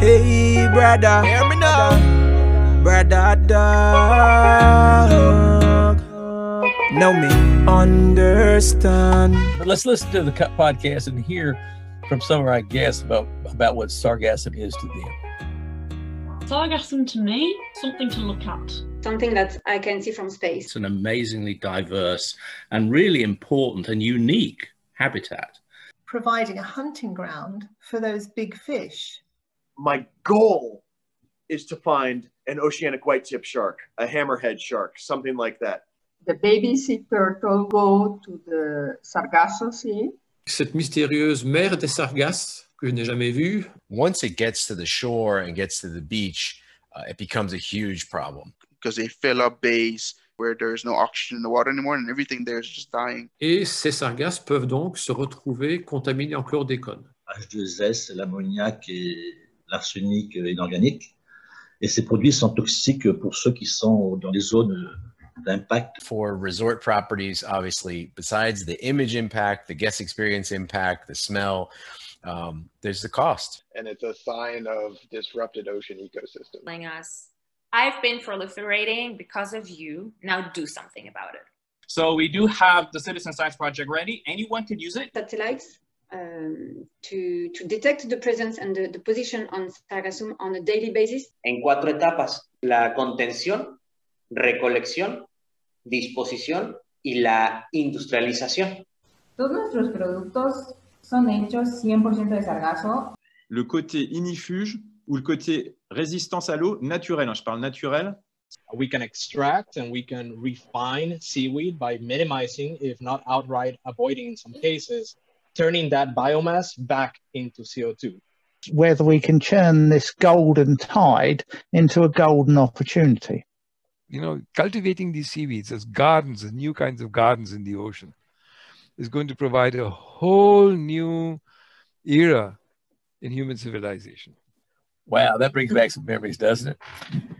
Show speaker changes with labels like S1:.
S1: Hey, brother.
S2: Hear me now.
S1: Brother dog. Know me, understand.
S3: But let's listen to the co- podcast and hear from some of our guests about about what sargassum is to them.
S4: Sargassum to me, something to look at.
S5: something that I can see from space.
S6: It's an amazingly diverse and really important and unique habitat.
S7: providing a hunting ground for those big fish.
S8: my goal is to find an oceanic white tip shark, a hammerhead shark, something like that.
S9: The baby sea turtle go to the Sargasso Sea.
S10: cette mystérieuse mer des Sargasses que je n'ai jamais vue.
S11: once it gets to the shore and gets to the beach, uh, it becomes a huge problem.
S2: Because they fill up bays where there's no oxygen in the water anymore and everything there is just dying.
S10: Et ces sargasses peuvent donc se retrouver contaminées en chlordécone.
S12: H2S, l'ammoniac et l'arsenic inorganique. Et ces produits sont toxiques pour ceux qui sont dans les zones d'impact.
S11: For resort properties, obviously, besides the image impact, the guest experience impact, the smell, um, there's the cost.
S2: And it's a sign of disrupted ocean ecosystem.
S5: Telling us, I've been proliferating because of you. Now do something about it.
S12: So we do have the Citizen Science Project ready. Anyone could use it.
S5: Satellites um, to, to detect the presence and the, the position on Sargassum on a daily basis.
S9: En cuatro etapas, la contención, recolección, disposición y la industrialización.
S4: Todos nuestros productos son hechos 100% de sargazo
S12: Le côté inifuge ou le côté résistance à l'eau naturelle. hein, je parle naturel.
S9: We can extract and we can refine seaweed by minimizing, if not outright avoiding in some cases, turning that biomass back into CO2.
S12: Whether we can churn this golden tide into a golden opportunity.
S2: You know, cultivating these seaweeds as gardens, as new kinds of gardens in the ocean, is going to provide a whole new era in human civilization.
S3: Wow, that brings back some memories, doesn't it?